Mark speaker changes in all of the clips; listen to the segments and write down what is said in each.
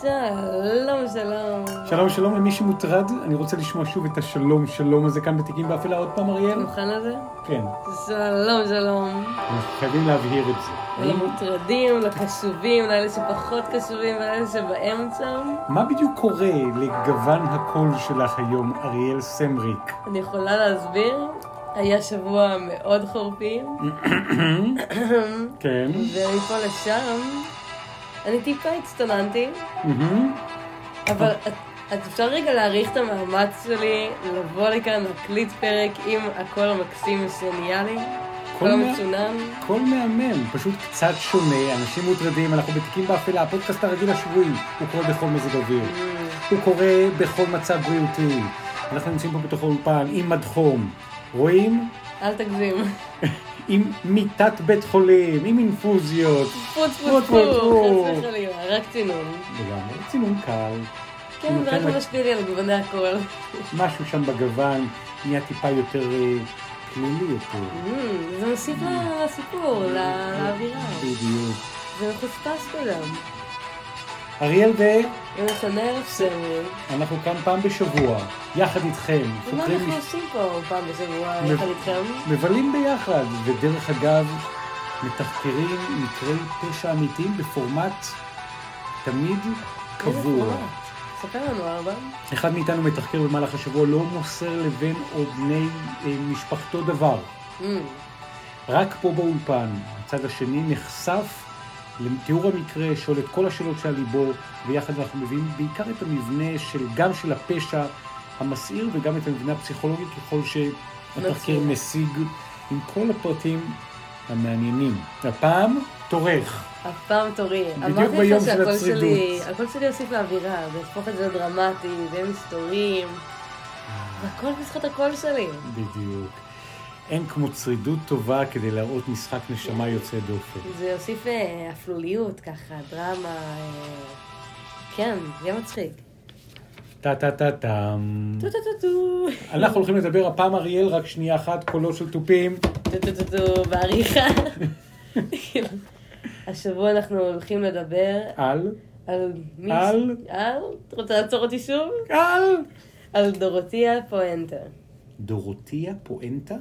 Speaker 1: שלום, שלום.
Speaker 2: שלום, שלום למי שמוטרד. אני רוצה לשמוע שוב את השלום, שלום הזה כאן בתיקים באפלה עוד פעם,
Speaker 1: אתה
Speaker 2: אריאל?
Speaker 1: מוכן לזה?
Speaker 2: כן,
Speaker 1: שלום, שלום.
Speaker 2: אנחנו חייבים להבהיר את זה.
Speaker 1: לא
Speaker 2: האם-
Speaker 1: למוטרדים, לקשובים, לאלה שפחות קשובים ולאלה שבאמצע.
Speaker 2: מה בדיוק קורה לגוון הקול שלך היום, אריאל סמריק?
Speaker 1: אני יכולה להסביר? היה שבוע מאוד חורפי,
Speaker 2: כן.
Speaker 1: ומפה לשם אני טיפה הצטננתי,
Speaker 2: מהמם.
Speaker 1: אבל את- אז אפשר רגע להעריך את המאמץ שלי לבוא לכאן, להקליט פרק עם הקול המקסים שנהיה לי,
Speaker 2: כל
Speaker 1: הקול
Speaker 2: מה-
Speaker 1: המצונן.
Speaker 2: קול מהמם, פשוט קצת שונה, אנשים מוטרדים, אנחנו בתיקים באפלה, הפודקאסט הרגיל השבועי, הוא קורה בכל מזג אוויר. הוא קורה בכל מצב בריאותי. אנחנו נמצאים פה בתוך האולפן עם מדחום. רואים?
Speaker 1: אל תגזים.
Speaker 2: עם מיטת בית חולים, עם אינפוזיות.
Speaker 1: פוץ
Speaker 2: פוץ,
Speaker 1: פוץ פוץ,
Speaker 2: פוץ.
Speaker 1: חס וחלילה, רק צינון.
Speaker 2: לגמרי, צילום קל,
Speaker 1: כן,
Speaker 2: נותן
Speaker 1: ורק
Speaker 2: לה-
Speaker 1: הוא משפיע לי על גווני הקול.
Speaker 2: משהו שם בגוון נהיה טיפה יותר אה, פלילי יותר.
Speaker 1: אמ, זה מוסיף ל- לסיפור, ל- לאווירה.
Speaker 2: בדיוק.
Speaker 1: זה מחוספס כולם.
Speaker 2: אריאל ו...
Speaker 1: ונתנאל אפשרי.
Speaker 2: אנחנו כאן פעם בשבוע, יחד איתכם,
Speaker 1: ומה
Speaker 2: חוקרים,
Speaker 1: אנחנו
Speaker 2: מש-
Speaker 1: עושים פה פעם בשבוע
Speaker 2: מב-
Speaker 1: יחד איתכם?
Speaker 2: מבלים ביחד, ודרך אגב, מתחקרים מקרי פשע אמיתיים בפורמט תמיד
Speaker 1: איזה
Speaker 2: קבוע.
Speaker 1: פורמט? לא, ספר לנו ארבע.
Speaker 2: אחד מאיתנו מתחקר במהלך השבוע, לא מוסר לבן או בני אה, משפחתו דבר.
Speaker 1: אמ,
Speaker 2: רק פה באולפן, הצד השני נחשף לתיאור המקרה, שואל את כל השאלות שעל ליבו, ויחד אנחנו מביאים בעיקר את המבנה של, גם של הפשע המסעיר וגם את המבנה הפסיכולוגי, ככל שהתחקיר
Speaker 1: מצוין.
Speaker 2: משיג עם כל הפרטים המעניינים. הפעם, תורך.
Speaker 1: אף פעם תורי. אמרתי
Speaker 2: ביום
Speaker 1: לך
Speaker 2: של
Speaker 1: שהקול
Speaker 2: הצרידות.
Speaker 1: שלי, הקול שלי יוסיף לאווירה, ויהפוך את זה דרמטי, ויהיה מסתורים.
Speaker 2: אה.
Speaker 1: והכל בזכות הקול שלי.
Speaker 2: בדיוק. אין כמו צרידות טובה כדי להראות משחק נשמה יוצא דופן.
Speaker 1: זה יוסיף אה, אפלוליות ככה, דרמה. אה, כן, יהיה מצחיק.
Speaker 2: טה-טה-טה-טם.
Speaker 1: טו טו טו טו.
Speaker 2: אנחנו הולכים לדבר הפעם, אריאל, רק שנייה אחת, קולו של תופים.
Speaker 1: טו טו טו טו, בעריכה. השבוע אנחנו הולכים לדבר
Speaker 2: על?
Speaker 1: על מי...
Speaker 2: על?
Speaker 1: על? את רוצה לעצור אותי שוב?
Speaker 2: על?
Speaker 1: על דורותיה פואנטה.
Speaker 2: דורותיה פואנטה?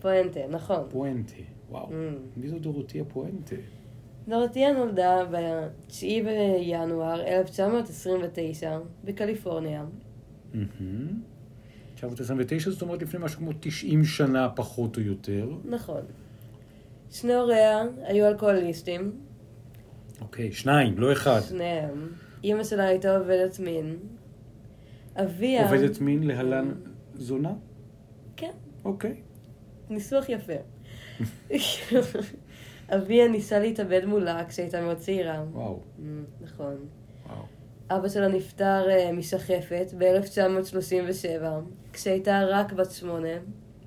Speaker 1: פואנטה, נכון.
Speaker 2: פואנטה, וואו.
Speaker 1: Mm.
Speaker 2: מי זו דורותיה פואנטה?
Speaker 1: דורותיה נולדה ב-9 בינואר 1929 בקליפורניה.
Speaker 2: מהמם. 929, זאת אומרת לפני משהו כמו 90 שנה פחות או יותר.
Speaker 1: נכון. שני הוריה היו אלכוהוליסטים,
Speaker 2: אוקיי, שניים, לא אחד.
Speaker 1: שניהם. אימא שלה הייתה עובדת מין. אביה...
Speaker 2: עובדת מין להלן זונה?
Speaker 1: כן,
Speaker 2: אוקיי.
Speaker 1: ניסוח יפה. אביה ניסה להתאבד מולה כשהייתה מאוד צעירה.
Speaker 2: וואו,
Speaker 1: אמ, נכון.
Speaker 2: וואו.
Speaker 1: אבא שלה נפטר אה, משחפת ב-1937, כשהייתה רק בת שמונה,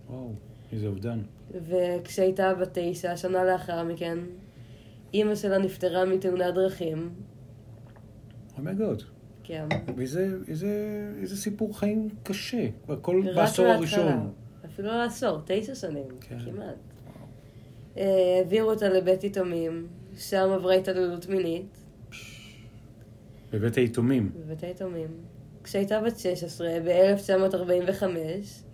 Speaker 2: וואו, איזה אובדן.
Speaker 1: וכשהייתה בת תשע, שנה לאחר מכן, אימא שלה נפטרה מתאונת דרכים.
Speaker 2: אומייגוד.
Speaker 1: כן.
Speaker 2: Oh איזה, איזה, איזה סיפור חיים קשה. הכל
Speaker 1: רק
Speaker 2: בעשור
Speaker 1: מההתחלה.
Speaker 2: הראשון.
Speaker 1: אפילו לא עשור, תשע שנים,
Speaker 2: כן.
Speaker 1: כמעט. אה, העבירו אותה לבית יתומים, שם עברה התעללות מינית,
Speaker 2: בבית היתומים.
Speaker 1: בבית היתומים. כשהייתה בת 16, ב-1945,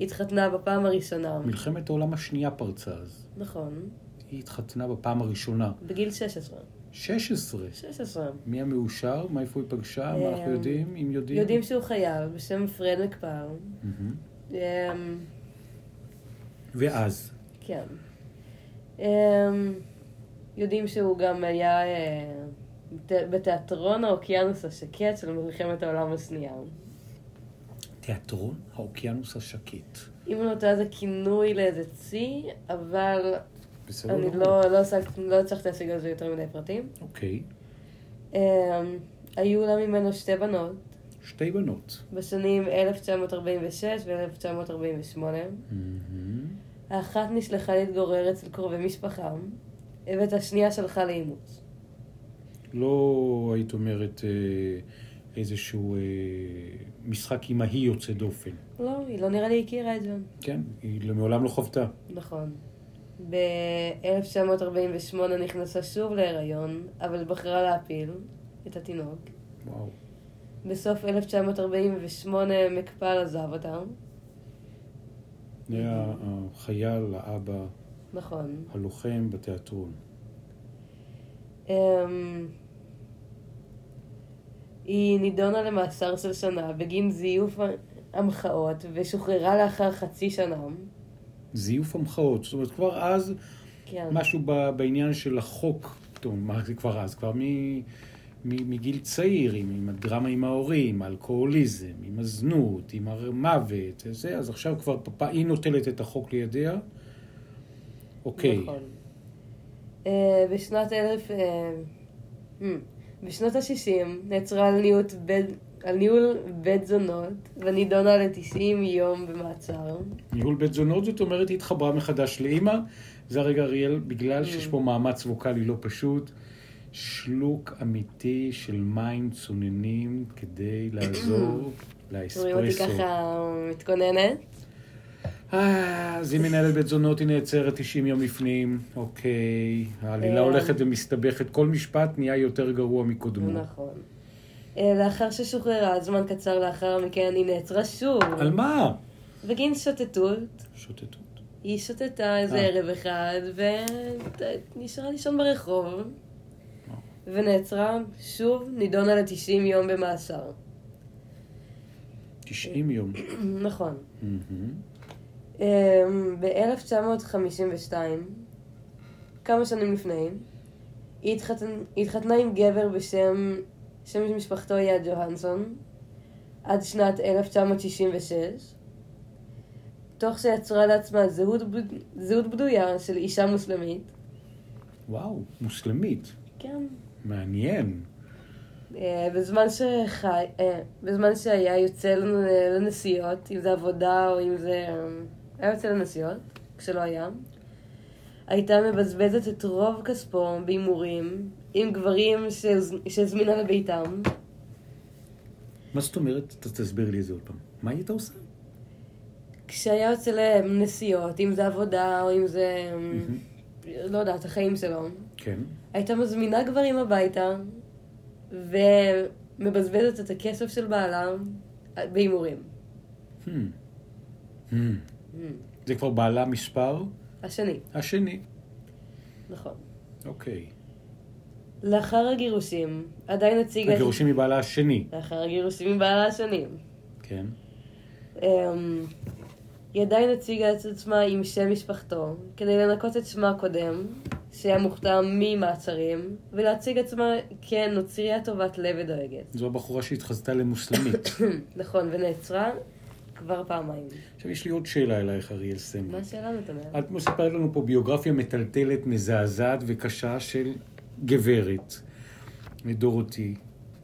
Speaker 1: התחתנה בפעם הראשונה.
Speaker 2: מלחמת העולם השנייה פרצה אז.
Speaker 1: נכון,
Speaker 2: היא התחתנה בפעם הראשונה.
Speaker 1: בגיל 16.
Speaker 2: 16.
Speaker 1: 16.
Speaker 2: מי המאושר? מאיפה היא פגשה? מה אנחנו
Speaker 1: אמ,
Speaker 2: יודעים? אם יודעים?
Speaker 1: יודעים שהוא חייל בשם פרד מקפר.
Speaker 2: מהמם.
Speaker 1: אמ,
Speaker 2: ואז?
Speaker 1: כן. אמ, יודעים שהוא גם היה אה, ת- בתיאטרון האוקיינוס השקט של מלחמת העולם השנייה.
Speaker 2: תיאטרון האוקיינוס השקט.
Speaker 1: אם אני לא טועה זה כינוי לאיזה צי, אבל
Speaker 2: בסדר?
Speaker 1: אני
Speaker 2: גמור.
Speaker 1: לא לא הצלחתי- לא הצלחתי להשיג על זה יותר מדי פרטים.
Speaker 2: אוקיי.
Speaker 1: אמ, היו לה ממנו שתי בנות
Speaker 2: שתי בנות.
Speaker 1: בשנים 1946 ו-1948.
Speaker 2: מהמם.
Speaker 1: האחת נשלחה להתגורר אצל קרובי משפחה, ואת השנייה שלחה לאימוץ.
Speaker 2: לא היית אומרת אה, איזשהו אה, משחק אימהי יוצא דופן.
Speaker 1: לא, היא לא נראה לי הכירה את זה.
Speaker 2: כן, היא מעולם לא חוותה.
Speaker 1: נכון. ב-1948 נכנסה שוב להיריון, אבל בחרה להפיל את התינוק.
Speaker 2: וואו.
Speaker 1: בסוף 1948 מקפל עזב אותם.
Speaker 2: היה החייל, האבא,
Speaker 1: נכון.
Speaker 2: הלוחם בתיאטרון.
Speaker 1: אמ, היא נידונה למאסר של שנה בגין זיוף המחאות ושוחררה לאחר חצי שנה.
Speaker 2: זיוף המחאות. זאת אומרת, כבר אז
Speaker 1: כן.
Speaker 2: משהו ב- בעניין של החוק, טוב, מה זה כבר אז? כבר מ- מ- מגיל צעיר, עם, עם הדרמה עם ההורים, האלכוהוליזם, עם הזנות, עם המוות, זה, אז עכשיו כבר פ- פ- היא נוטלת את החוק לידיה. אוקיי,
Speaker 1: נכון. אה, בשנת אלף... אה, אמ, בשנות ה-60 נעצרה על ניהול בית, על ניהול בית זונות ונידונה ל-90 יום במעצר.
Speaker 2: ניהול בית זונות, זאת אומרת, היא התחברה מחדש לאימא. זה הרגע, אריאל, בגלל
Speaker 1: Mm.
Speaker 2: שיש פה מאמץ ווקאלי לא פשוט, שלוק אמיתי של מים צוננים כדי לעזור לאספרסו.
Speaker 1: רואים אותי ככה מתכוננת.
Speaker 2: אה, אז היא מנהלת בית זונות, היא נעצרת 90 יום לפנים, אוקיי. העלילה
Speaker 1: אה.
Speaker 2: הולכת ומסתבכת, כל משפט נהיה יותר גרוע מקודמו.
Speaker 1: נכון. אה, לאחר ששוחררה, זמן קצר לאחר מכן, היא נעצרה שוב.
Speaker 2: על מה?
Speaker 1: בגין שוטטות,
Speaker 2: שוטטות.
Speaker 1: היא שוטטה איזה
Speaker 2: אה.
Speaker 1: ערב אחד, ונשארה לישון ברחוב, ונעצרה שוב, נידונה ל-90 יום במאסר.
Speaker 2: 90 יום.
Speaker 1: נכון. אמ,
Speaker 2: מהמם.
Speaker 1: ב-1952, כמה שנים לפני, היא התחתנ- היא התחתנה עם גבר בשם, שם משפחתו היה ג'והנסון, עד שנת 1966, תוך שיצרה לעצמה זהות, בד- זהות בדויה של אישה מוסלמית.
Speaker 2: וואו, מוסלמית.
Speaker 1: כן.
Speaker 2: מעניין.
Speaker 1: אה, בזמן, שחי, אה, בזמן שהיה יוצא לנו אה, לנסיעות, אם זה עבודה או אם זה... אה, היה יוצא לנסיעות, כשלא היה, הייתה מבזבזת את רוב כספו בהימורים, עם גברים שהז- שהזמינה לביתם.
Speaker 2: מה זאת אומרת? ת- תסביר לי את זה עוד פעם. מה היא הייתה עושה?
Speaker 1: כשהיה יוצא לנסיעות, אם זה עבודה או אם זה... אה,
Speaker 2: מהמם.
Speaker 1: לא יודעת, החיים שלו.
Speaker 2: כן.
Speaker 1: הייתה מזמינה גברים הביתה, ומבזבזת את הכסף של בעלה אה, בהימורים.
Speaker 2: Hmm. Hmm. זה כבר בעלה מספר?
Speaker 1: השני,
Speaker 2: השני.
Speaker 1: נכון.
Speaker 2: אוקיי.
Speaker 1: לאחר הגירושים, עדיין הציגה...
Speaker 2: הגירושים מבעלה השני.
Speaker 1: לאחר הגירושים עם בעלה השני.
Speaker 2: כן.
Speaker 1: אמ, היא עדיין הציגה את עצמה עם שם משפחתו, כדי לנקות את שמה הקודם, שהיה מוכתר ממעצרים, ולהציג עצמה כנוצריה טובת לב ודואגת.
Speaker 2: זו הבחורה שהתחזתה למוסלמית.
Speaker 1: נכון, ונעצרה כבר פעמיים.
Speaker 2: עכשיו, יש לי עוד שאלה אלייך, אריאל סמל.
Speaker 1: מה השאלה נתנאל?
Speaker 2: את מספרת לנו פה ביוגרפיה מטלטלת, מזעזעת וקשה של גברת, דורותי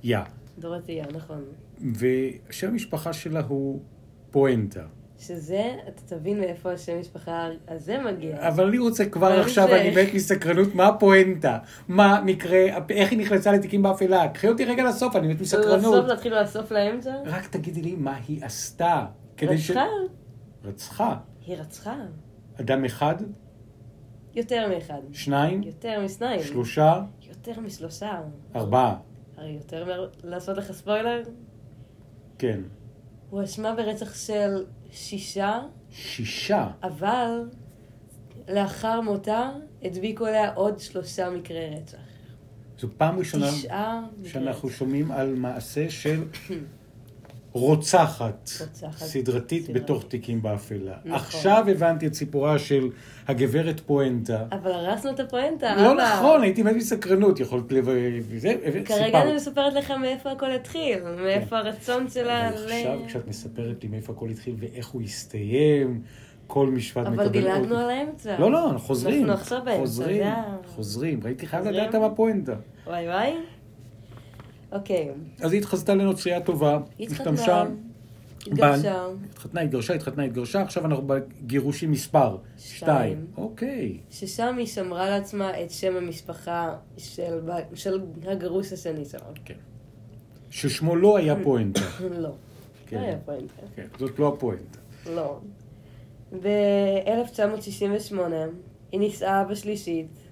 Speaker 2: יא,
Speaker 1: דורותיה, נכון.
Speaker 2: ושם המשפחה שלה הוא פואנטה.
Speaker 1: שזה, אתה תבין מאיפה השם משפחה הזה מגיע.
Speaker 2: אבל אני רוצה כבר
Speaker 1: אבל
Speaker 2: עכשיו,
Speaker 1: זה-
Speaker 2: אני מת מסקרנות, מה הפואנטה? מה מקרה, איך היא נכנסה לתיקים באפלה? קחי אותי רגע לסוף, אני מת
Speaker 1: בסוף
Speaker 2: מסקרנות.
Speaker 1: להתחיל מהסוף לאמצע?
Speaker 2: רק תגידי לי מה היא עשתה. כדי ש-
Speaker 1: רצחה?
Speaker 2: רצחה.
Speaker 1: היא רצחה.
Speaker 2: אדם אחד,
Speaker 1: יותר מאחד.
Speaker 2: שניים,
Speaker 1: יותר משניים.
Speaker 2: שלושה,
Speaker 1: יותר משלושה.
Speaker 2: ארבעה.
Speaker 1: הרי יותר מ... לעשות לך ספוילר?
Speaker 2: כן.
Speaker 1: הוא אשמה ברצח של שישה,
Speaker 2: שישה.
Speaker 1: אבל לאחר מותה הדביקו עליה עוד שלושה מקרי רצח.
Speaker 2: זו פעם ראשונה
Speaker 1: תשעה מקרי
Speaker 2: שאנחנו
Speaker 1: רצח.
Speaker 2: שומעים על מעשה של רוצחת
Speaker 1: רוצחת
Speaker 2: סדרתית
Speaker 1: סדרתית.
Speaker 2: בתוך תיקים באפלה.
Speaker 1: נכון.
Speaker 2: עכשיו הבנתי את סיפורה של הגברת פואנטה.
Speaker 1: אבל הרסנו את הפואנטה,
Speaker 2: לא
Speaker 1: אבא.
Speaker 2: נכון, הייתי מת מסקרנות, יכולת לב... זה,
Speaker 1: כרגע אני
Speaker 2: סיפרת.
Speaker 1: מספרת לך מאיפה הכל התחיל, מאיפה הרצון שלה
Speaker 2: אבל
Speaker 1: ל...
Speaker 2: עכשיו, כשאת מספרת לי מאיפה הכל התחיל ואיך הוא הסתיים, כל משפט מקבל...
Speaker 1: אבל דילגנו
Speaker 2: עוד-
Speaker 1: על האמצע.
Speaker 2: לא, לא, אנחנו חוזרים.
Speaker 1: אנחנו עכשיו באמצע,
Speaker 2: חוזרים,
Speaker 1: זה ה-
Speaker 2: חוזרים. הייתי חייב
Speaker 1: חוזרים?
Speaker 2: לדעת מה הפואנטה.
Speaker 1: וואי וואי. אוקיי.
Speaker 2: אז היא התחזתה לנוצרייה טובה.
Speaker 1: היא התחתנה,
Speaker 2: השתמשה
Speaker 1: התגרשה,
Speaker 2: התחתנה, התגרשה, התחתנה, התגרשה, עכשיו אנחנו בגירושים מספר.
Speaker 1: שתיים.
Speaker 2: שתיים. אוקיי.
Speaker 1: ששם היא שמרה לעצמה את שם המשפחה של, ב- של הגרוש השני שלה.
Speaker 2: ששמו לא היה פואנטה.
Speaker 1: לא.
Speaker 2: כן.
Speaker 1: לא היה פואנטה.
Speaker 2: כן, זאת לא הפואנטה.
Speaker 1: לא. ב-1968 היא נישאה בשלישית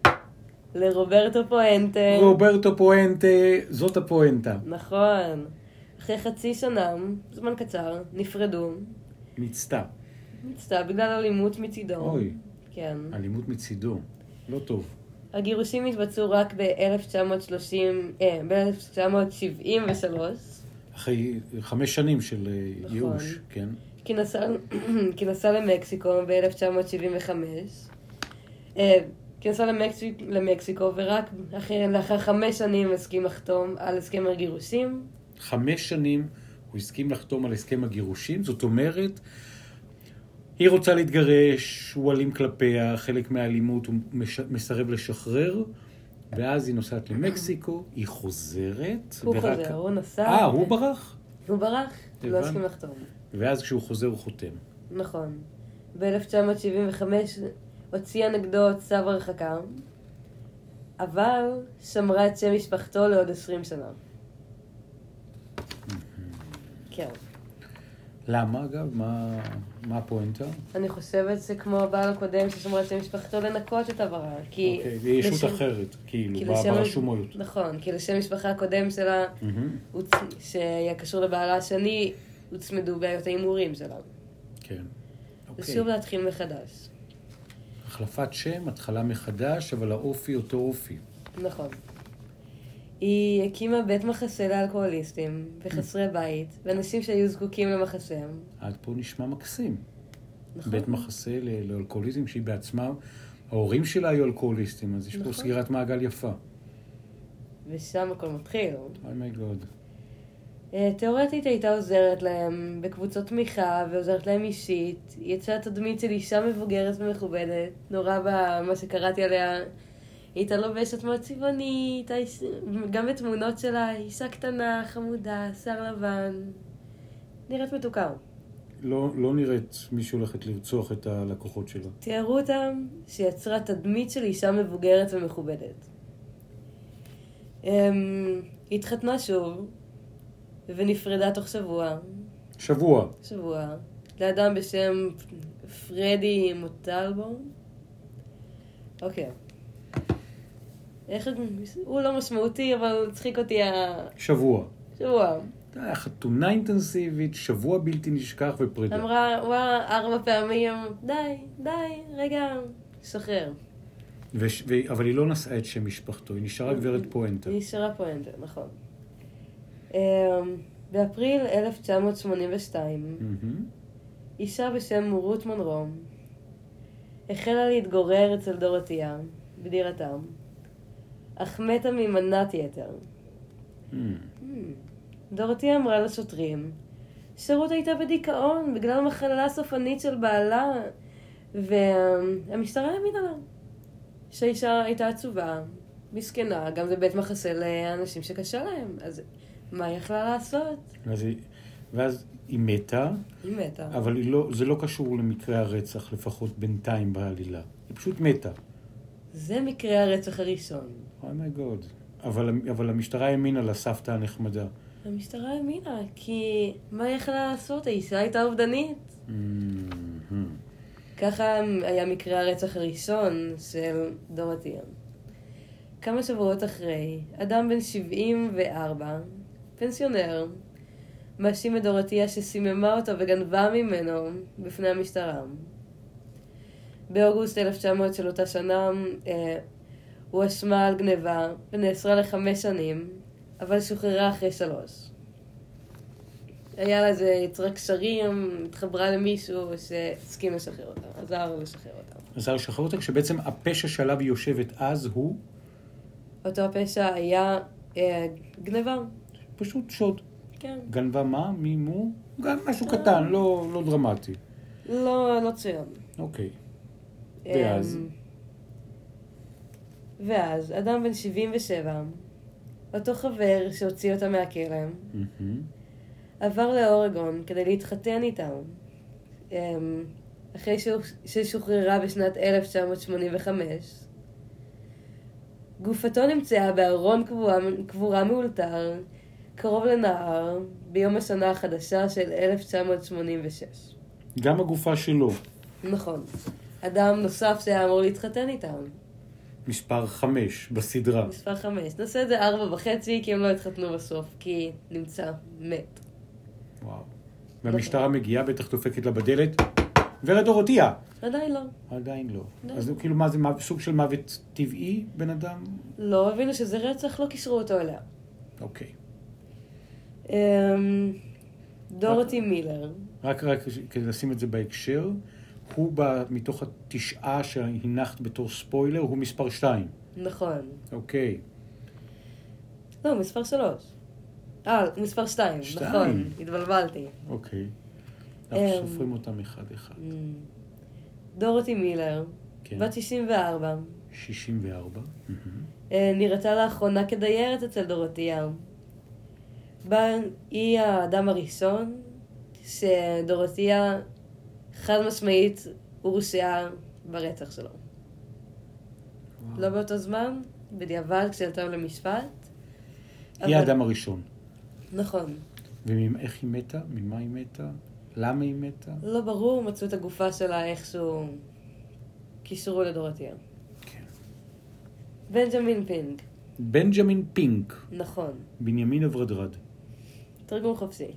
Speaker 1: לרוברטו פואנטה.
Speaker 2: רוברטו פואנטה, זאת הפואנטה.
Speaker 1: נכון. אחרי חצי שנה, זמן קצר, נפרדו,
Speaker 2: מצטע.
Speaker 1: מצטער, בגלל אלימות מצידו.
Speaker 2: אוי,
Speaker 1: כן.
Speaker 2: אלימות מצידו. לא טוב.
Speaker 1: הגירושים התבצעו רק ב-1930, אה, ב-1973,
Speaker 2: אחרי חמש שנים של אה,
Speaker 1: נכון.
Speaker 2: ייאוש, כן?
Speaker 1: כי נסע, כי נסע למקסיקו ב-1975, אה, כי נסע למקסיק, למקסיקו, ורק אחרי, לאחר חמש שנים הסכים לחתום על הסכם הגירושים.
Speaker 2: חמש שנים הוא הסכים לחתום על הסכם הגירושים, זאת אומרת, היא רוצה להתגרש, הוא אלים כלפיה, חלק מהאלימות הוא מש... מסרב לשחרר, ואז היא נוסעת למקסיקו, היא חוזרת.
Speaker 1: הוא חוזר, הוא נסע.
Speaker 2: אה, הוא ברח?
Speaker 1: הוא ברח, לא
Speaker 2: הבנתי.
Speaker 1: הסכים לחתום.
Speaker 2: ואז כשהוא חוזר הוא חותם.
Speaker 1: נכון. ב-1975 הוציאה נגדו צו הרחקה, אבל שמרה את שם משפחתו לעוד 20 שנה. כן.
Speaker 2: למה אגב? מה, מה הפואנטה?
Speaker 1: אני חושבת שכמו הבעל הקודם ששמרה את שם משפחתו לנקות את עברה, כי...
Speaker 2: אוקיי, זה ישות
Speaker 1: לשם-
Speaker 2: אחרת, כאילו,
Speaker 1: כי
Speaker 2: ב-
Speaker 1: לשם-
Speaker 2: ברשומות.
Speaker 1: נכון, כי לשם משפחה הקודם שלה,
Speaker 2: מהמם,
Speaker 1: הוצ- שהיה קשור לבעלה השני, הוצמדו בעיות ההימורים שלה.
Speaker 2: כן. אוקיי.
Speaker 1: ושוב להתחיל מחדש.
Speaker 2: החלפת שם, התחלה מחדש, אבל האופי אותו אופי.
Speaker 1: נכון. היא הקימה בית מחסה לאלכוהוליסטים וחסרי בית ואנשים שהיו זקוקים למחסה.
Speaker 2: עד פה נשמע מקסים.
Speaker 1: נכון?
Speaker 2: בית מחסה ל- לאלכוהוליזם, שהיא בעצמה, ההורים שלה היו אלכוהוליסטים, אז יש פה
Speaker 1: נכון.
Speaker 2: סגירת מעגל יפה. Oh
Speaker 1: ושם הכל מתחיל.
Speaker 2: אומייגוד.
Speaker 1: אה, תאורטית הייתה עוזרת להם בקבוצות תמיכה ועוזרת להם אישית. היא יצאה תדמית של אישה מבוגרת ומכובדת, נורא במה שקראתי עליה. היא הייתה לובשת מאוד צבעונית, האיש- גם בתמונות שלה, אישה קטנה, חמודה, שיער לבן. נראית מתוקה.
Speaker 2: לא, לא נראית מי שהולכת לרצוח את הלקוחות שלה.
Speaker 1: תיארו אותם שיצרה תדמית של אישה מבוגרת ומכובדת. אמ, היא התחתנה שוב, ונפרדה תוך שבוע,
Speaker 2: שבוע.
Speaker 1: שבוע, לאדם בשם פרדי מוטלבו. אוקיי. איך... הוא לא משמעותי, אבל הצחיק אותי
Speaker 2: שבוע.
Speaker 1: השבוע.
Speaker 2: אתה יודע, חתונה אינטנסיבית, שבוע בלתי נשכח ופרידה.
Speaker 1: אמרה, וואלה, ארבע פעמים, די, די, רגע, שחרר.
Speaker 2: וש... ו... אבל היא לא נשאה את שם משפחתו, היא נשארה גברת פואנטה.
Speaker 1: היא נשארה פואנטה, נכון. אמ, באפריל 1982,
Speaker 2: מהמם.
Speaker 1: אישה בשם רות מונרום החלה להתגורר אצל דורותיה, בדירתם, אך מתה ממנת יתר.
Speaker 2: מהמם.
Speaker 1: דורותיה Hmm. אמרה לשוטרים שרות הייתה בדיכאון בגלל מחלה סופנית של בעלה והמשטרה העמידה לה שהאישה הייתה עצובה, מסכנה, גם זה בית מחסה לאנשים שקשה להם אז מה היא יכלה לעשות?
Speaker 2: ואז היא... ואז היא מתה,
Speaker 1: היא מתה.
Speaker 2: אבל היא לא, זה לא קשור למקרה הרצח, לפחות בינתיים בעלילה. היא פשוט מתה.
Speaker 1: זה מקרה הרצח הראשון.
Speaker 2: אומייגוד. Oh אבל, אבל המשטרה האמינה לסבתא הנחמדה.
Speaker 1: המשטרה האמינה כי מה היא יכלה לעשות? האישה הייתה אובדנית.
Speaker 2: מהמם.
Speaker 1: ככה היה מקרה הרצח הראשון של דורותיה. כמה שבועות אחרי, אדם בן 74, פנסיונר, מאשים את דורותיה שסיממה אותו וגנבה ממנו בפני המשטרה. באוגוסט 1900 של אותה שנה, אה, הוא הואשמה על גניבה ונאסרה לחמש שנים, אבל שוחררה אחרי שלוש. היה לה איזה יצרה קשרים, התחברה למישהו שהסכים לשחרר אותה, עזר לו לשחרר אותה.
Speaker 2: אז הרי שחרר אותה כשבעצם הפשע שעליו היא יושבת אז הוא
Speaker 1: אותו הפשע היה אה, גניבה,
Speaker 2: פשוט שוד.
Speaker 1: כן.
Speaker 2: גנבה מה? מי מו? גם משהו קטן, לא, לא דרמטי.
Speaker 1: לא, לא צוין.
Speaker 2: אוקיי.
Speaker 1: אמ,
Speaker 2: ואז?
Speaker 1: ואז, אדם בן 77, אותו חבר שהוציא אותה מהכלא,
Speaker 2: מהמם.
Speaker 1: עבר לאורגון כדי להתחתן איתם. אמ, אחרי שהוא- ששוחררה בשנת 1985, גופתו נמצאה בארון קבורה- קבורה מאולתר, קרוב לנהר, ביום השנה החדשה של 1986.
Speaker 2: גם הגופה שלו.
Speaker 1: נכון. אדם נוסף שהיה אמור להתחתן איתם.
Speaker 2: מספר חמש בסדרה.
Speaker 1: מספר חמש. נעשה את זה ארבע וחצי, כי הם לא התחתנו בסוף, כי נמצא מת.
Speaker 2: וואו. והמשטרה מגיעה, בטח דופקת לה בדלת. ורד דורותיה.
Speaker 1: עדיין לא.
Speaker 2: עדיין לא.
Speaker 1: לא.
Speaker 2: אז כאילו מה זה, מה- סוג של מוות טבעי, בן אדם?
Speaker 1: לא הבינו שזה רצח, לא קישרו אותו אליה.
Speaker 2: אוקיי.
Speaker 1: אמ, דורותי מילר.
Speaker 2: רק, רק כדי לשים את זה בהקשר, הוא בא מתוך התשעה שהנחת בתור ספוילר, הוא מספר שתיים.
Speaker 1: נכון.
Speaker 2: אוקיי.
Speaker 1: לא, מספר שלוש. אה, מספר שתיים.
Speaker 2: שתיים.
Speaker 1: נכון, התבלבלתי.
Speaker 2: אוקיי. אנחנו
Speaker 1: אמ.
Speaker 2: סופרים אותם אחד-אחד.
Speaker 1: אמ, דורותי מילר,
Speaker 2: כן.
Speaker 1: בת 64,
Speaker 2: 64. מהמם.
Speaker 1: אה, נראתה לאחרונה כדיירת אצל דורותיה. בה היא האדם הראשון שדורותיה חד משמעית הורשעה ברצח שלו.
Speaker 2: וואו.
Speaker 1: לא באותו זמן, בדיעבד כשעלתה למשפט.
Speaker 2: היא
Speaker 1: אבל-
Speaker 2: האדם הראשון.
Speaker 1: נכון.
Speaker 2: ואיך היא מתה? ממה היא מתה? למה היא מתה?
Speaker 1: לא ברור, מצאו את הגופה שלה איכשהו קישרו לדורותיה.
Speaker 2: כן.
Speaker 1: בנג'מין פינג,
Speaker 2: בנג'מין פינק,
Speaker 1: נכון.
Speaker 2: בנימין אברדרד.
Speaker 1: תרגום חופשי.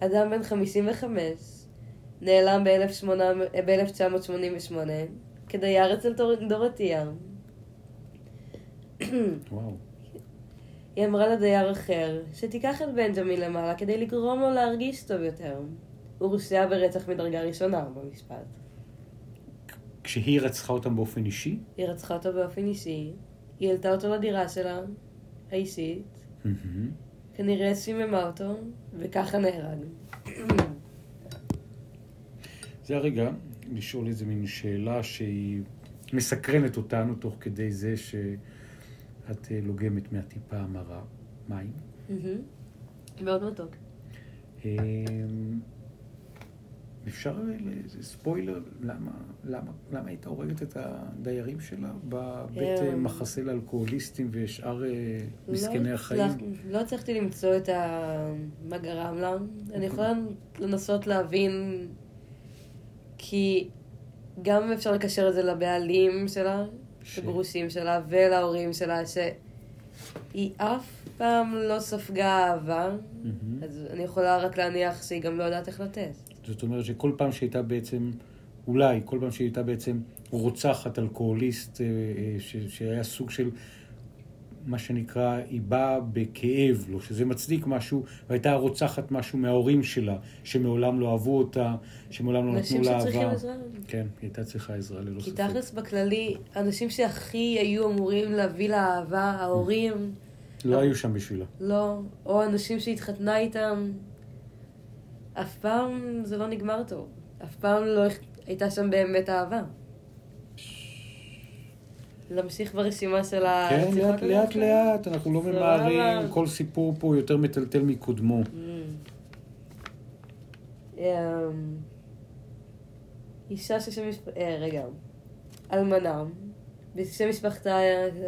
Speaker 1: אדם בן 55, נעלם ב-1988 כדייר אצל דור- דורותיה.
Speaker 2: וואו.
Speaker 1: היא אמרה לדייר אחר שתיקח את בנג'מין למעלה כדי לגרום לו להרגיש טוב יותר. הוא הורשע ברצח מדרגה ראשונה במשפט.
Speaker 2: כשהיא רצחה אותם באופן אישי?
Speaker 1: היא רצחה אותו באופן אישי, היא העלתה אותו לדירה שלה, האישית,
Speaker 2: מהמם.
Speaker 1: כנראה סיממה אותו, וככה נהרג.
Speaker 2: זה הרגע לשאול איזה מין שאלה שהיא מסקרנת אותנו תוך כדי זה שאת אה, לוגמת מהטיפה המרה מים.
Speaker 1: מהמם. מאוד מתוק.
Speaker 2: אה, אפשר אה, לאיזה ספוילר, למה, למה, למה היית הורגת את הדיירים שלה בבית אה,
Speaker 1: אה.
Speaker 2: מחסה לאלכוהוליסטים ושאר אה, מסכני
Speaker 1: לא
Speaker 2: החיים?
Speaker 1: הצלח- לא הצלחתי למצוא את ה... מה גרם לה. אני יכולה לנסות להבין, כי גם אפשר לקשר את זה לבעלים שלה,
Speaker 2: ש-
Speaker 1: לגרושים שלה, ולהורים שלה, שהיא אף פעם לא ספגה אהבה,
Speaker 2: מהמם.
Speaker 1: אז אני יכולה רק להניח שהיא גם לא יודעת איך לתת.
Speaker 2: זאת אומרת שכל פעם שהייתה בעצם, אולי, כל פעם שהייתה בעצם רוצחת, אלכוהוליסט, אה, אה, ש- שהיה סוג של, מה שנקרא, היא באה בכאב, לא שזה מצדיק משהו, והייתה רוצחת משהו מההורים שלה, שמעולם לא אהבו אותה, שמעולם לא נתנו
Speaker 1: אנשים
Speaker 2: לה אהבה.
Speaker 1: שצריכים עזרה.
Speaker 2: כן, היא הייתה צריכה עזרה ללא
Speaker 1: כי
Speaker 2: ספק.
Speaker 1: תכלס בכללי, אנשים שהכי היו אמורים להביא לה אהבה, ההורים,
Speaker 2: לא היו שם בשבילה.
Speaker 1: לא, או אנשים שהתחתנה איתם, אף פעם זה לא נגמר טוב. אף פעם לא הכ- הייתה שם באמת אהבה. להמשיך ברשימה של ה...
Speaker 2: כן, לאט
Speaker 1: הרציחות
Speaker 2: לאט,
Speaker 1: שלנו?
Speaker 2: לאט, אנחנו לא
Speaker 1: סבבה.
Speaker 2: ממהרים, כל סיפור פה יותר מטלטל מקודמו.
Speaker 1: Hmm. אמ, אישה ששם משפחתה, רגע, אלמנה, בשם משפחתה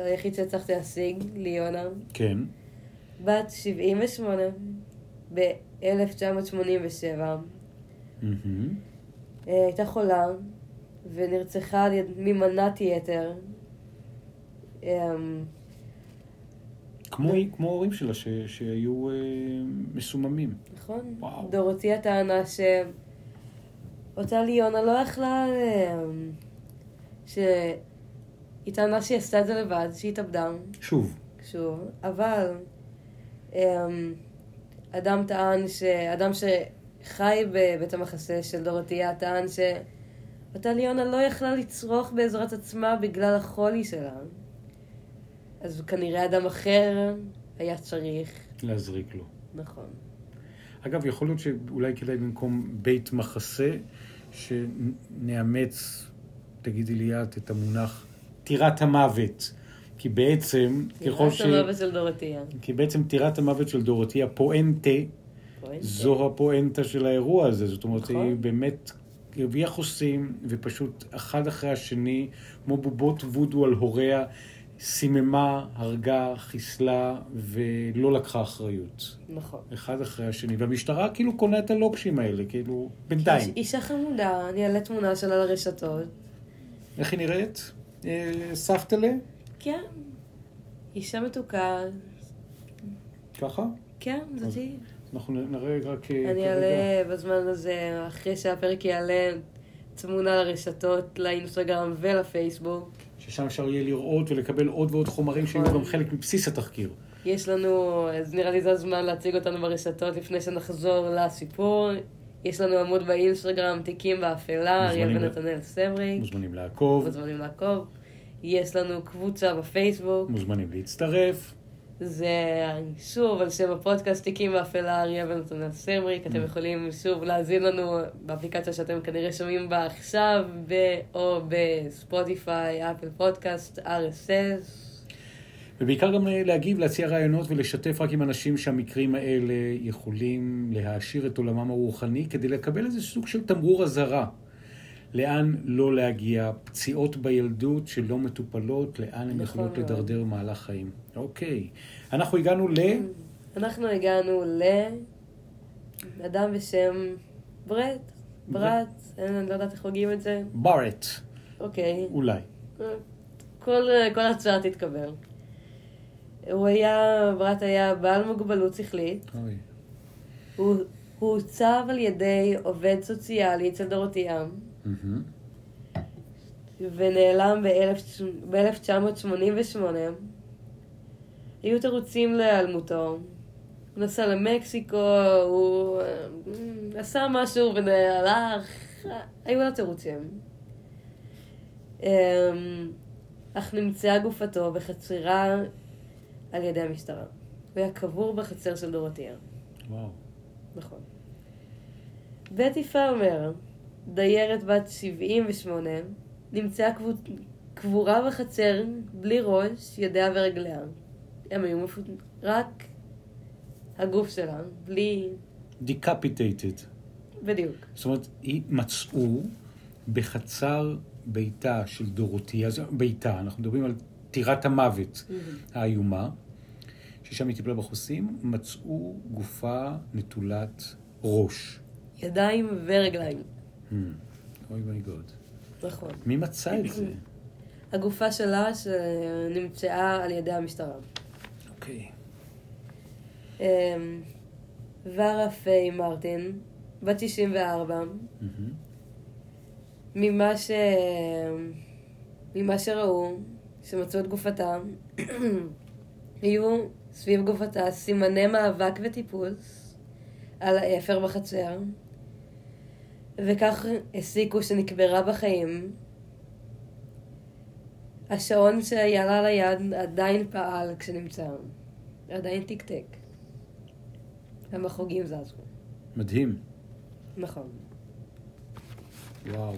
Speaker 1: היחיד שהצלחתי להשיג, ליונה,
Speaker 2: כן,
Speaker 1: בת 78, ב-1987,
Speaker 2: מהמם.
Speaker 1: אה, הייתה חולה ונרצחה על יד ממנת יתר. אמ,
Speaker 2: כמו כמו ההורים שלה ש- שהיו אה, מסוממים.
Speaker 1: נכון?
Speaker 2: וואו.
Speaker 1: דורותיה טענה ש... אותה ליונה לא יכלה... אמ, ש... היא טענה שהיא עשתה את זה לבד, שהיא התאבדה,
Speaker 2: שוב,
Speaker 1: שוב, אבל אמ, אדם טען ש... אדם שחי בבית המחסה של דורותיה טען ש... אותה ליונה לא יכלה לצרוך בעזרת עצמה בגלל החולי שלה. אז כנראה אדם אחר היה צריך,
Speaker 2: להזריק לו.
Speaker 1: נכון.
Speaker 2: אגב, יכול להיות שאולי כדאי במקום בית מחסה, שנאמץ, תגידי לי את, את המונח טירת המוות. כי בעצם, ככל ש...
Speaker 1: נראה סבבה של דורותיה.
Speaker 2: כי בעצם טירת המוות של דורותיה פואנטה, זו הפואנטה של האירוע הזה. זאת אומרת,
Speaker 1: נכון.
Speaker 2: היא באמת הביאה חוסים, ופשוט אחד אחרי השני, כמו בובות וודו על הוריה, סיממה, הרגה, חיסלה, ולא לקחה אחריות.
Speaker 1: נכון.
Speaker 2: אחד אחרי השני, והמשטרה כאילו קונה את הלוקשים האלה, כאילו, בינתיים.
Speaker 1: איש- אישה חמודה, אני אעלה תמונה שלה לרשתות.
Speaker 2: איך היא נראית? אה, סבתלה?
Speaker 1: כן. אישה מתוקה.
Speaker 2: ככה?
Speaker 1: כן,
Speaker 2: אז-
Speaker 1: זאתי.
Speaker 2: אנחנו נ- נראה רק... אה,
Speaker 1: אני
Speaker 2: כרגע-
Speaker 1: אעלה בזמן הזה, אחרי שהפרק יעלה, תמונה לרשתות, לאינסטגרם ולפייסבוק.
Speaker 2: ששם אפשר יהיה לראות ולקבל עוד ועוד חומרים שהיו
Speaker 1: נכון.
Speaker 2: גם חלק מבסיס התחקיר.
Speaker 1: יש לנו, אז נראה לי זה הזמן להציג אותנו ברשתות לפני שנחזור לסיפור. יש לנו עמוד באינסטגרם, תיקים באפלה, אריאל
Speaker 2: מוזמנים ל-
Speaker 1: ונתנאל סבריק.
Speaker 2: מוזמנים לעקוב,
Speaker 1: מוזמנים לעקוב. יש לנו קבוצה בפייסבוק,
Speaker 2: מוזמנים להצטרף.
Speaker 1: זה שוב על שם הפודקאסט תיקים באפלה, אריה ונתנאל סמריק. אתם יכולים שוב להאזין לנו באפליקציה שאתם כנראה שומעים בה עכשיו, ב- או בספוטיפיי, אפל פודקאסט, RSS.
Speaker 2: ובעיקר גם אה, להגיב, להציע רעיונות ולשתף רק עם אנשים שהמקרים האלה יכולים להעשיר את עולמם הרוחני כדי לקבל איזה סוג של תמרור אזהרה. לאן לא להגיע, פציעות בילדות שלא מטופלות, לאן הן
Speaker 1: נכון
Speaker 2: יכולות
Speaker 1: מאוד.
Speaker 2: לדרדר מהלך חיים. אוקיי. אנחנו הגענו ל...
Speaker 1: כן. אנחנו הגענו לאדם בשם ברט, ברט, אין, אני לא יודעת איך הוגים את זה,
Speaker 2: בארט,
Speaker 1: אוקיי.
Speaker 2: אולי.
Speaker 1: כל, כל הצעה תתקבל. הוא היה, ברט היה בעל מוגבלות שכלית,
Speaker 2: אוי.
Speaker 1: הוא הוא הוצב על ידי עובד סוציאלי אצל דורותי ים,
Speaker 2: מהמם.
Speaker 1: ונעלם ב-1988. היו תירוצים להיעלמותו. הוא נסע למקסיקו, הוא אה, עשה משהו והלך, היו לו תירוצים. אה, אך נמצאה גופתו בחצרה על ידי המשטרה. הוא היה קבור בחצר של דורותיה.
Speaker 2: וואו.
Speaker 1: נכון. בטי פרמר, דיירת בת 78, נמצאה קבו- קבורה בחצר בלי ראש, ידיה ורגליה. הם היו מפות... רק הגוף שלה, בלי...
Speaker 2: דיקפיטייטד.
Speaker 1: בדיוק.
Speaker 2: זאת אומרת, היא מצאו בחצר ביתה של דורותיה, זה- ביתה, אנחנו מדברים על טירת המוות האיומה, ששם היא טיפלה בחוסים, מצאו גופה נטולת ראש.
Speaker 1: ידיים ורגליים.
Speaker 2: Hmm, אוי מי גוד.
Speaker 1: נכון.
Speaker 2: מי מצא את זה?
Speaker 1: הגופה שלה שנמצאה על ידי המשטרה.
Speaker 2: אוקיי.
Speaker 1: אמ, ורה פיי מרטין, בת 64,
Speaker 2: מהמם.
Speaker 1: ממה ש... ממה שראו, שמצאו את גופתה, היו סביב גופתה סימני מאבק וטיפוס על האפר בחצר, וכך הסיקו שנקברה בחיים. השעון שהיה לה על היד עדיין פעל כשנמצא, עדיין תקתק. גם החוגים זזו,
Speaker 2: מדהים.
Speaker 1: נכון.
Speaker 2: וואו.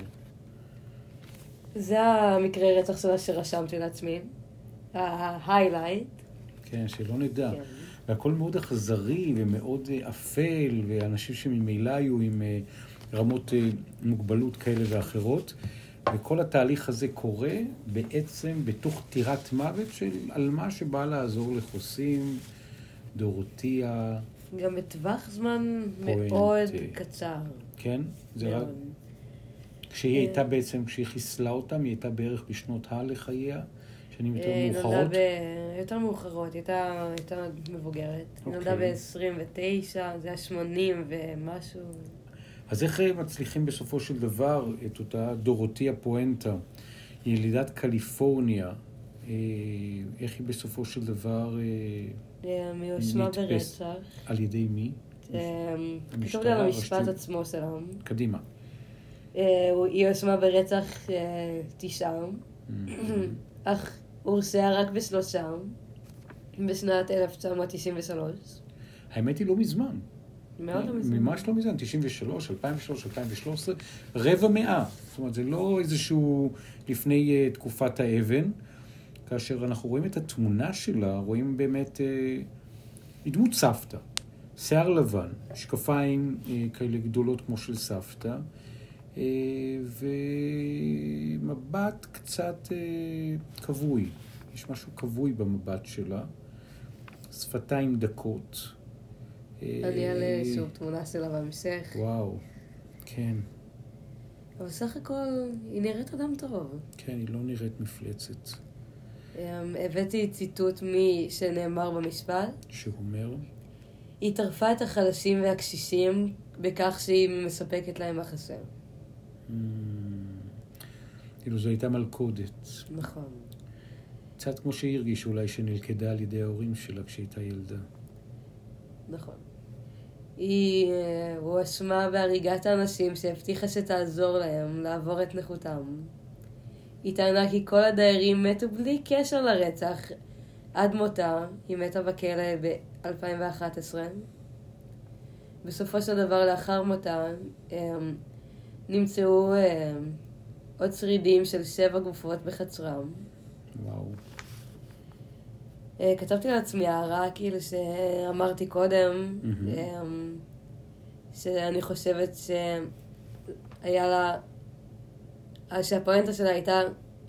Speaker 1: זה המקרה רצח שלה שרשמתי לעצמי. ההיילייט.
Speaker 2: כן, שלא נדע.
Speaker 1: כן.
Speaker 2: והכל מאוד אכזרי ומאוד אה, אפל, ואנשים שממילא היו עם אה, רמות אה, מוגבלות כאלה ואחרות. וכל התהליך הזה קורה בעצם בתוך טירת מוות של עלמה שבאה לעזור לחוסים, דורותיה,
Speaker 1: גם בטווח זמן
Speaker 2: פואנטה.
Speaker 1: מאוד קצר.
Speaker 2: כן? זה רק...
Speaker 1: מאוד.
Speaker 2: כשהיא
Speaker 1: אה.
Speaker 2: הייתה בעצם, כשהיא חיסלה אותם, היא הייתה בערך בשנות ה לחייה, שנים יותר
Speaker 1: אה, היא
Speaker 2: מאוחרות.
Speaker 1: נולדה ב... יותר מאוחרות, היא הייתה הייתה מבוגרת. היא נולדה
Speaker 2: אוקיי.
Speaker 1: ב-29, זה היה 80 ומשהו.
Speaker 2: אז איך אה, מצליחים בסופו של דבר את אותה דורותיה פואנטה, ילידת קליפורניה, אה, איך היא בסופו של דבר, אה,
Speaker 1: אה, היא הואשמה
Speaker 2: נתפס.
Speaker 1: ברצח.
Speaker 2: על ידי מי?
Speaker 1: אה, כתוב לי
Speaker 2: המשטרה,
Speaker 1: על המשפט
Speaker 2: הרשות.
Speaker 1: עצמו שלה.
Speaker 2: קדימה.
Speaker 1: אה, הוא- היא הואשמה ברצח אה, תשעה. אך הורשעה רק בשלושה, בשנת 1993.
Speaker 2: האמת היא לא מזמן.
Speaker 1: מאוד לא מזמן.
Speaker 2: ממש לא מזמן, 93, 2003, 2013, רבע מאה. זאת אומרת, זה לא איזשהו לפני אה, תקופת האבן. כאשר אנחנו רואים את התמונה שלה, רואים באמת, אה, היא דמות סבתא. שיער לבן, משקפיים אה, כאלה גדולות כמו של סבתא, אה, ומבט קצת אה, כבוי. יש משהו כבוי במבט שלה. שפתיים דקות. אה,
Speaker 1: אני אעלה שוב תמונה שלה בהמשך.
Speaker 2: וואו, כן,
Speaker 1: אבל סך הכל, היא נראית אדם טוב.
Speaker 2: כן, היא לא נראית מפלצת.
Speaker 1: אמ, הבאתי ציטוט מי שנאמר במשפט.
Speaker 2: שאומר,
Speaker 1: היא טרפה את החלשים והקשישים בכך שהיא מספקת להם מה חסר.
Speaker 2: "אמ, כאילו זו הייתה מלכודת.
Speaker 1: נכון.
Speaker 2: קצת כמו שהיא הרגישה אולי שנלכדה על ידי ההורים שלה כשהייתה ילדה.
Speaker 1: נכון. היא אה, הואשמה בהריגת האנשים שהבטיחה שתעזור להם לעבור את נכותם. היא טענה כי כל הדיירים מתו בלי קשר לרצח עד מותה, היא מתה בכלא ב-2011. בסופו של דבר, לאחר מותה, אה, נמצאו אה, עוד שרידים של שבע גופות בחצרם.
Speaker 2: וואו.
Speaker 1: אה, כתבתי לעצמי הערה, כאילו, שאמרתי קודם,
Speaker 2: מהמם.
Speaker 1: אה, שאני חושבת שהיה לה... אה, שהפואנטה שלה הייתה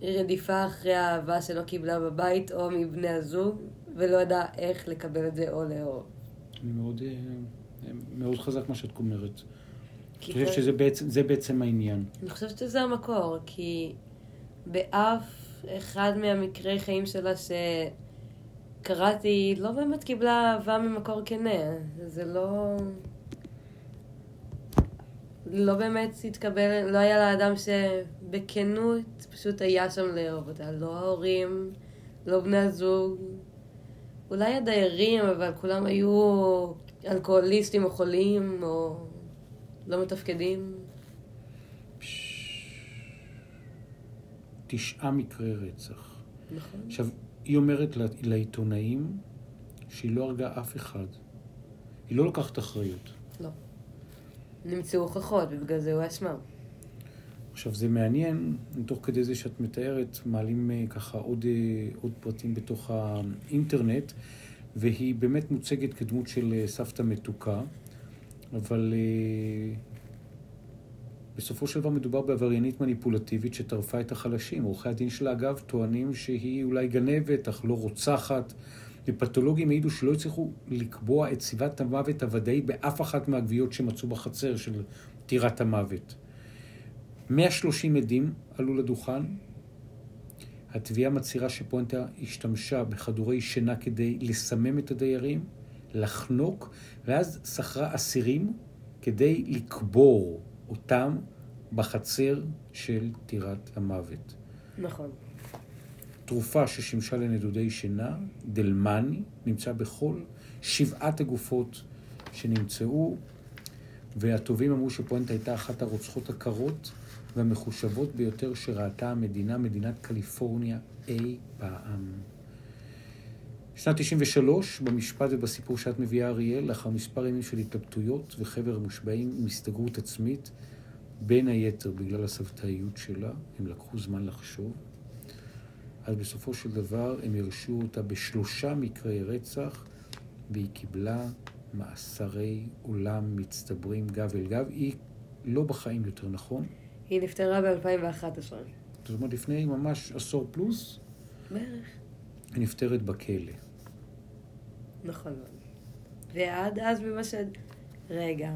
Speaker 1: רדיפה אחרי האהבה שלא קיבלה בבית או מבני הזוג, ולא ידעה איך לקבל את זה או לאהוב.
Speaker 2: אני מאוד, אה, אה, מאוד חזק מה שאת אומרת.
Speaker 1: כי
Speaker 2: אני חושב
Speaker 1: זה-
Speaker 2: שזה בעצם, זה בעצם העניין.
Speaker 1: אני חושבת שזה המקור, כי באף אחד מהמקרי חיים שלה שקראתי, היא לא באמת קיבלה אהבה ממקור כנה. זה לא... לא באמת התקבל, לא היה לה אדם שבכנות פשוט היה שם לאהוב אותה. לא ההורים, לא בני הזוג, אולי הדיירים, אבל כולם היו אלכוהוליסטים או חולים או לא מתפקדים.
Speaker 2: תשעה מקרי רצח.
Speaker 1: נכון.
Speaker 2: עכשיו, היא אומרת לה- לעיתונאים שהיא לא הרגה אף אחד. היא לא לוקחת אחריות.
Speaker 1: לא. נמצאו הוכחות, ובגלל זה הוא האשמה.
Speaker 2: עכשיו, זה מעניין, תוך כדי זה שאת מתארת, מעלים אה, ככה עוד, אה, עוד פרטים בתוך האינטרנט, והיא באמת מוצגת כדמות של אה, סבתא מתוקה, אבל אה, בסופו של דבר מדובר בעבריינית מניפולטיבית שטרפה את החלשים. עורכי הדין שלה, אגב, טוענים שהיא אולי גנבת, אך לא רוצחת. ופתולוגים העידו שלא הצליחו לקבוע את סיבת המוות הוודאית באף אחת מהגוויות שמצאו בחצר של טירת המוות. 130 עדים עלו לדוכן. התביעה מצהירה שפואנטה השתמשה בכדורי שינה כדי לסמם את הדיירים, לחנוק, ואז שכרה אסירים כדי לקבור אותם בחצר של טירת המוות.
Speaker 1: נכון.
Speaker 2: תרופה ששימשה לנדודי שינה, דלמני, נמצא בכל שבעת הגופות שנמצאו, והטובים אמרו שפואנטה הייתה אחת הרוצחות הקרות והמחושבות ביותר שראתה המדינה, מדינת קליפורניה, אי פעם. שנת 93, במשפט ובסיפור שאת מביאה, אריאל, לאחר מספר ימים של התלבטויות וחבר מושבעים עם הסתגרות עצמית, בין היתר בגלל הסבתאיות שלה, הם לקחו זמן לחשוב, אז בסופו של דבר הם הרשו אותה בשלושה מקרי רצח, והיא קיבלה מאסרי עולם מצטברים גב אל גב. היא לא בחיים יותר, נכון?
Speaker 1: היא נפטרה ב-2011.
Speaker 2: זאת אומרת, לפני ממש עשור פלוס,
Speaker 1: בערך.
Speaker 2: היא נפטרת בכלא.
Speaker 1: נכון מאוד. ועד אז ממה ש... רגע.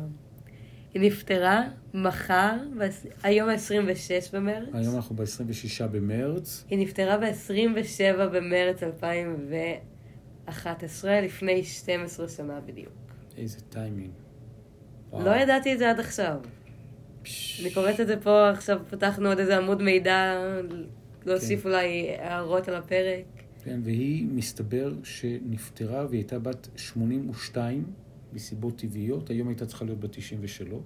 Speaker 1: היא נפטרה מחר, בס- היום ה-26 במרץ.
Speaker 2: היום אנחנו ב-26 במרץ,
Speaker 1: היא נפטרה ב-27 במרץ 2011, לפני 12 שנה בדיוק.
Speaker 2: איזה טיימינג. וואו.
Speaker 1: לא ידעתי את זה עד עכשיו.
Speaker 2: פש.
Speaker 1: אני קוראת את זה פה, עכשיו פתחנו עוד איזה עמוד מידע, להוסיף
Speaker 2: כן.
Speaker 1: אולי הערות על הפרק.
Speaker 2: כן, והיא מסתבר שנפטרה והיא הייתה בת 82 מסיבות טבעיות, היום הייתה צריכה להיות בת 93.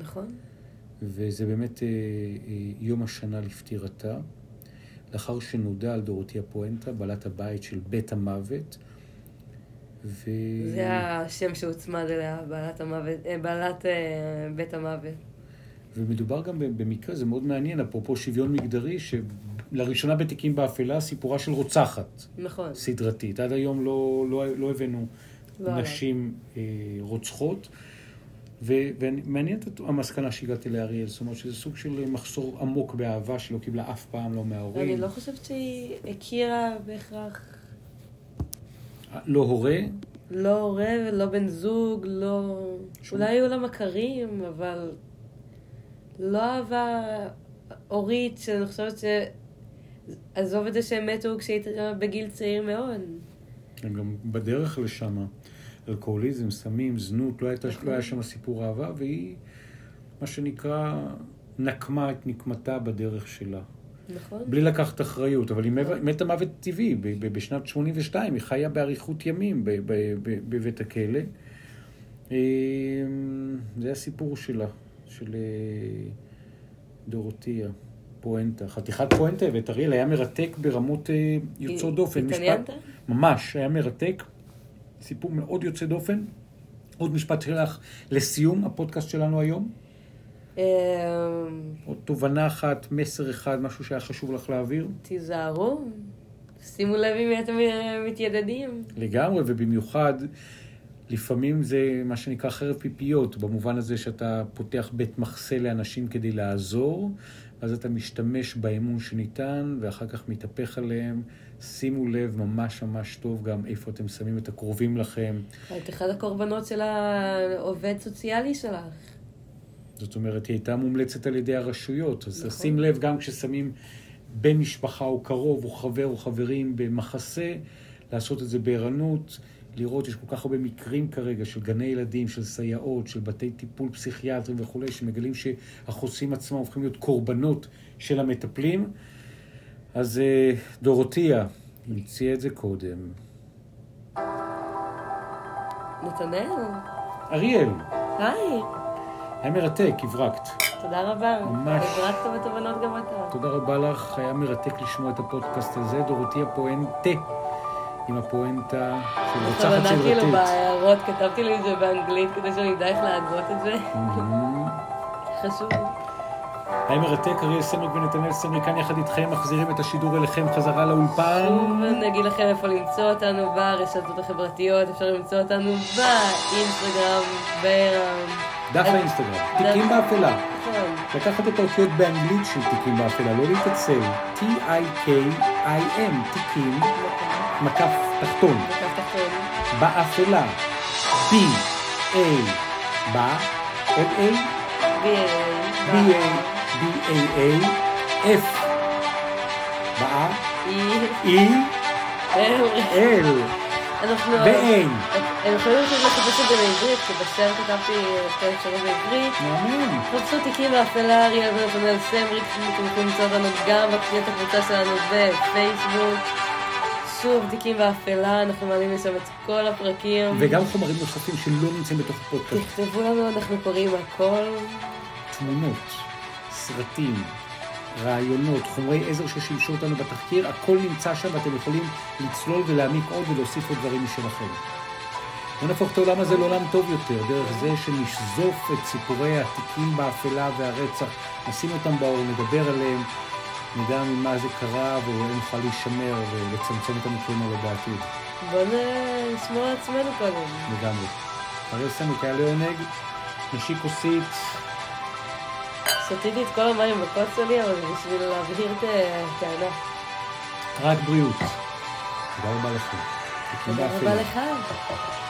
Speaker 1: נכון?
Speaker 2: וזה באמת אה, אה, יום השנה לפטירתה. לאחר שנודע על דורותיה פואנטה, בעלת הבית של בית המוות, ו...
Speaker 1: זה השם שהוצמד אליה, בעלת המוות, אה, בעלת אה, בית המוות.
Speaker 2: ומדובר גם במקרה, זה מאוד מעניין, אפרופו שוויון מגדרי, שלראשונה בתיקים באפלה, סיפורה של רוצחת
Speaker 1: נכון.
Speaker 2: סדרתית. עד היום לא, לא, לא הבאנו
Speaker 1: לא עלה.
Speaker 2: נשים אה, רוצחות. ו- ומעניינת את המסקנה שהגעתי לאריאל, זאת אומרת שזה סוג של מחסור עמוק באהבה שלא קיבלה אף פעם, לא מההורים.
Speaker 1: אני לא חושבת שהיא הכירה בהכרח
Speaker 2: לא הורה,
Speaker 1: לא הורה ולא בן זוג, לא...
Speaker 2: שום-
Speaker 1: אולי היו לה מכרים, אבל לא אהבה הורית, שאני חושבת ש... עזוב את זה שהם מתו כשהייתה בגיל צעיר מאוד.
Speaker 2: הם גם בדרך לשם. אלכוהוליזם, סמים, זנות, לא, הייתה, לא היה שם סיפור אהבה, והיא, מה שנקרא, נקמה את נקמתה בדרך שלה.
Speaker 1: נכון.
Speaker 2: בלי לקחת אחריות, אבל היא מב- מתה מוות טבעי, ב- ב- בשנת 82, היא חיה באריכות ימים ב- ב- ב- בבית הכלא. אה, זה הסיפור שלה, של אה, דורותיה, פואנטה. חתיכת פואנטה הבאת, אריאל, היה מרתק ברמות אה, יוצאות דופן. משפט-
Speaker 1: התעניינת?
Speaker 2: ממש, היה מרתק. סיפור מאוד יוצא דופן. עוד משפט שלך לסיום הפודקאסט שלנו היום.
Speaker 1: אמ,
Speaker 2: עוד תובנה אחת, מסר אחד, משהו שהיה חשוב לך להעביר.
Speaker 1: תיזהרו, שימו לב עם מי אתם אה, מתיידדים.
Speaker 2: לגמרי, ובמיוחד, לפעמים זה מה שנקרא חרב פיפיות, במובן הזה שאתה פותח בית מחסה לאנשים כדי לעזור, אז אתה משתמש באמון שניתן, ואחר כך מתהפך עליהם. שימו לב ממש ממש טוב גם איפה אתם שמים את הקרובים לכם.
Speaker 1: את אחד הקורבנות של העובד סוציאלי שלך.
Speaker 2: זאת אומרת, היא הייתה מומלצת על ידי הרשויות. אז
Speaker 1: נכון.
Speaker 2: נכון. שים לב, גם כששמים בן משפחה או קרוב או חבר או חברים במחסה, לעשות את זה בערנות, לראות, יש כל כך הרבה מקרים כרגע של גני ילדים, של סייעות, של בתי טיפול פסיכיאטרים וכולי, שמגלים שהחוסים עצמם הופכים להיות קורבנות של המטפלים. אז אה, דורותיה המציאה את זה קודם.
Speaker 1: נתנאל,
Speaker 2: אריאל,
Speaker 1: היי,
Speaker 2: היה מרתק, הברקת.
Speaker 1: תודה רבה.
Speaker 2: ממש.
Speaker 1: הברקת בתובנות גם אתה.
Speaker 2: תודה רבה לך, היה מרתק לשמוע את הפודקאסט הזה. דורותיה פואנטה, עם הפואנטה של רוצחת
Speaker 1: בכוונה כאילו
Speaker 2: סדרתית.
Speaker 1: בהערות כתבתי לי את זה באנגלית כדי שאני אדע איך להגות את זה.
Speaker 2: מהמם.
Speaker 1: חשוב.
Speaker 2: היה מרתק, אריאל סמק ונתנאל סמק כאן יחד איתכם, מחזירים את השידור אליכם חזרה לאולפן.
Speaker 1: שוב נגיד לכם איפה למצוא אותנו ברשתות החברתיות, אפשר למצוא אותנו באינסטגרם, ב...
Speaker 2: דף
Speaker 1: אה,
Speaker 2: האינסטגרם, תיקים באפלה.
Speaker 1: נכון.
Speaker 2: לקחת את האותיות באנגלית של תיקים באפלה, לא להתעצל. T-I-K-I-M, תיקים, מקף תחתון,
Speaker 1: בקו תחתון.
Speaker 2: באפלה. B-A, בא, עוד A,
Speaker 1: BA.
Speaker 2: B-A-B-A-A-F באה
Speaker 1: E.
Speaker 2: E-L
Speaker 1: אנחנו...
Speaker 2: ב-A
Speaker 1: הם יכולים פשוט לחפש את זה בעברית, כי בשם כתבתי שתי אפשרות בעברית.
Speaker 2: מאמן
Speaker 1: חפשו תיקים באפלה, אריאל ונתנאל סמריק, אתם יכולים למצוא אותנו גם בקריאת הקבוצה שלנו בפייסבוק. שוב, תיקים באפלה, אנחנו מעלים לשם את כל הפרקים.
Speaker 2: וגם חומרים נוספים שלא נמצאים בתוך הפודקאסט
Speaker 1: תכתבו לנו, אנחנו קוראים הכל.
Speaker 2: תמונות, סרטים, רעיונות, חומרי עזר ששימשו אותנו בתחקיר הכל נמצא שם ואתם יכולים לצלול ולהעמיק עוד ולהוסיף עוד דברים משלכם בואו נהפוך את העולם הזה לעולם טוב יותר, דרך זה שנשזוף את סיפורי התיקים באפלה והרצח, נשים אותם באור, נדבר עליהם, נדע ממה זה קרה ונוכל להישמר ולצמצם את המקרים האלה בעתיד,
Speaker 1: בואו נ- נשמור על עצמנו קודם.
Speaker 2: לגמרי. הרי סמק היה לעונג, נשי כוסית,
Speaker 1: שתיתי את כל המים בכוס שלי, אבל זה בשביל להבהיר את אה, הטענה.
Speaker 2: רק בריאות. תודה רבה לכם. תיקים
Speaker 1: תודה רבה
Speaker 2: באפלה.
Speaker 1: לך.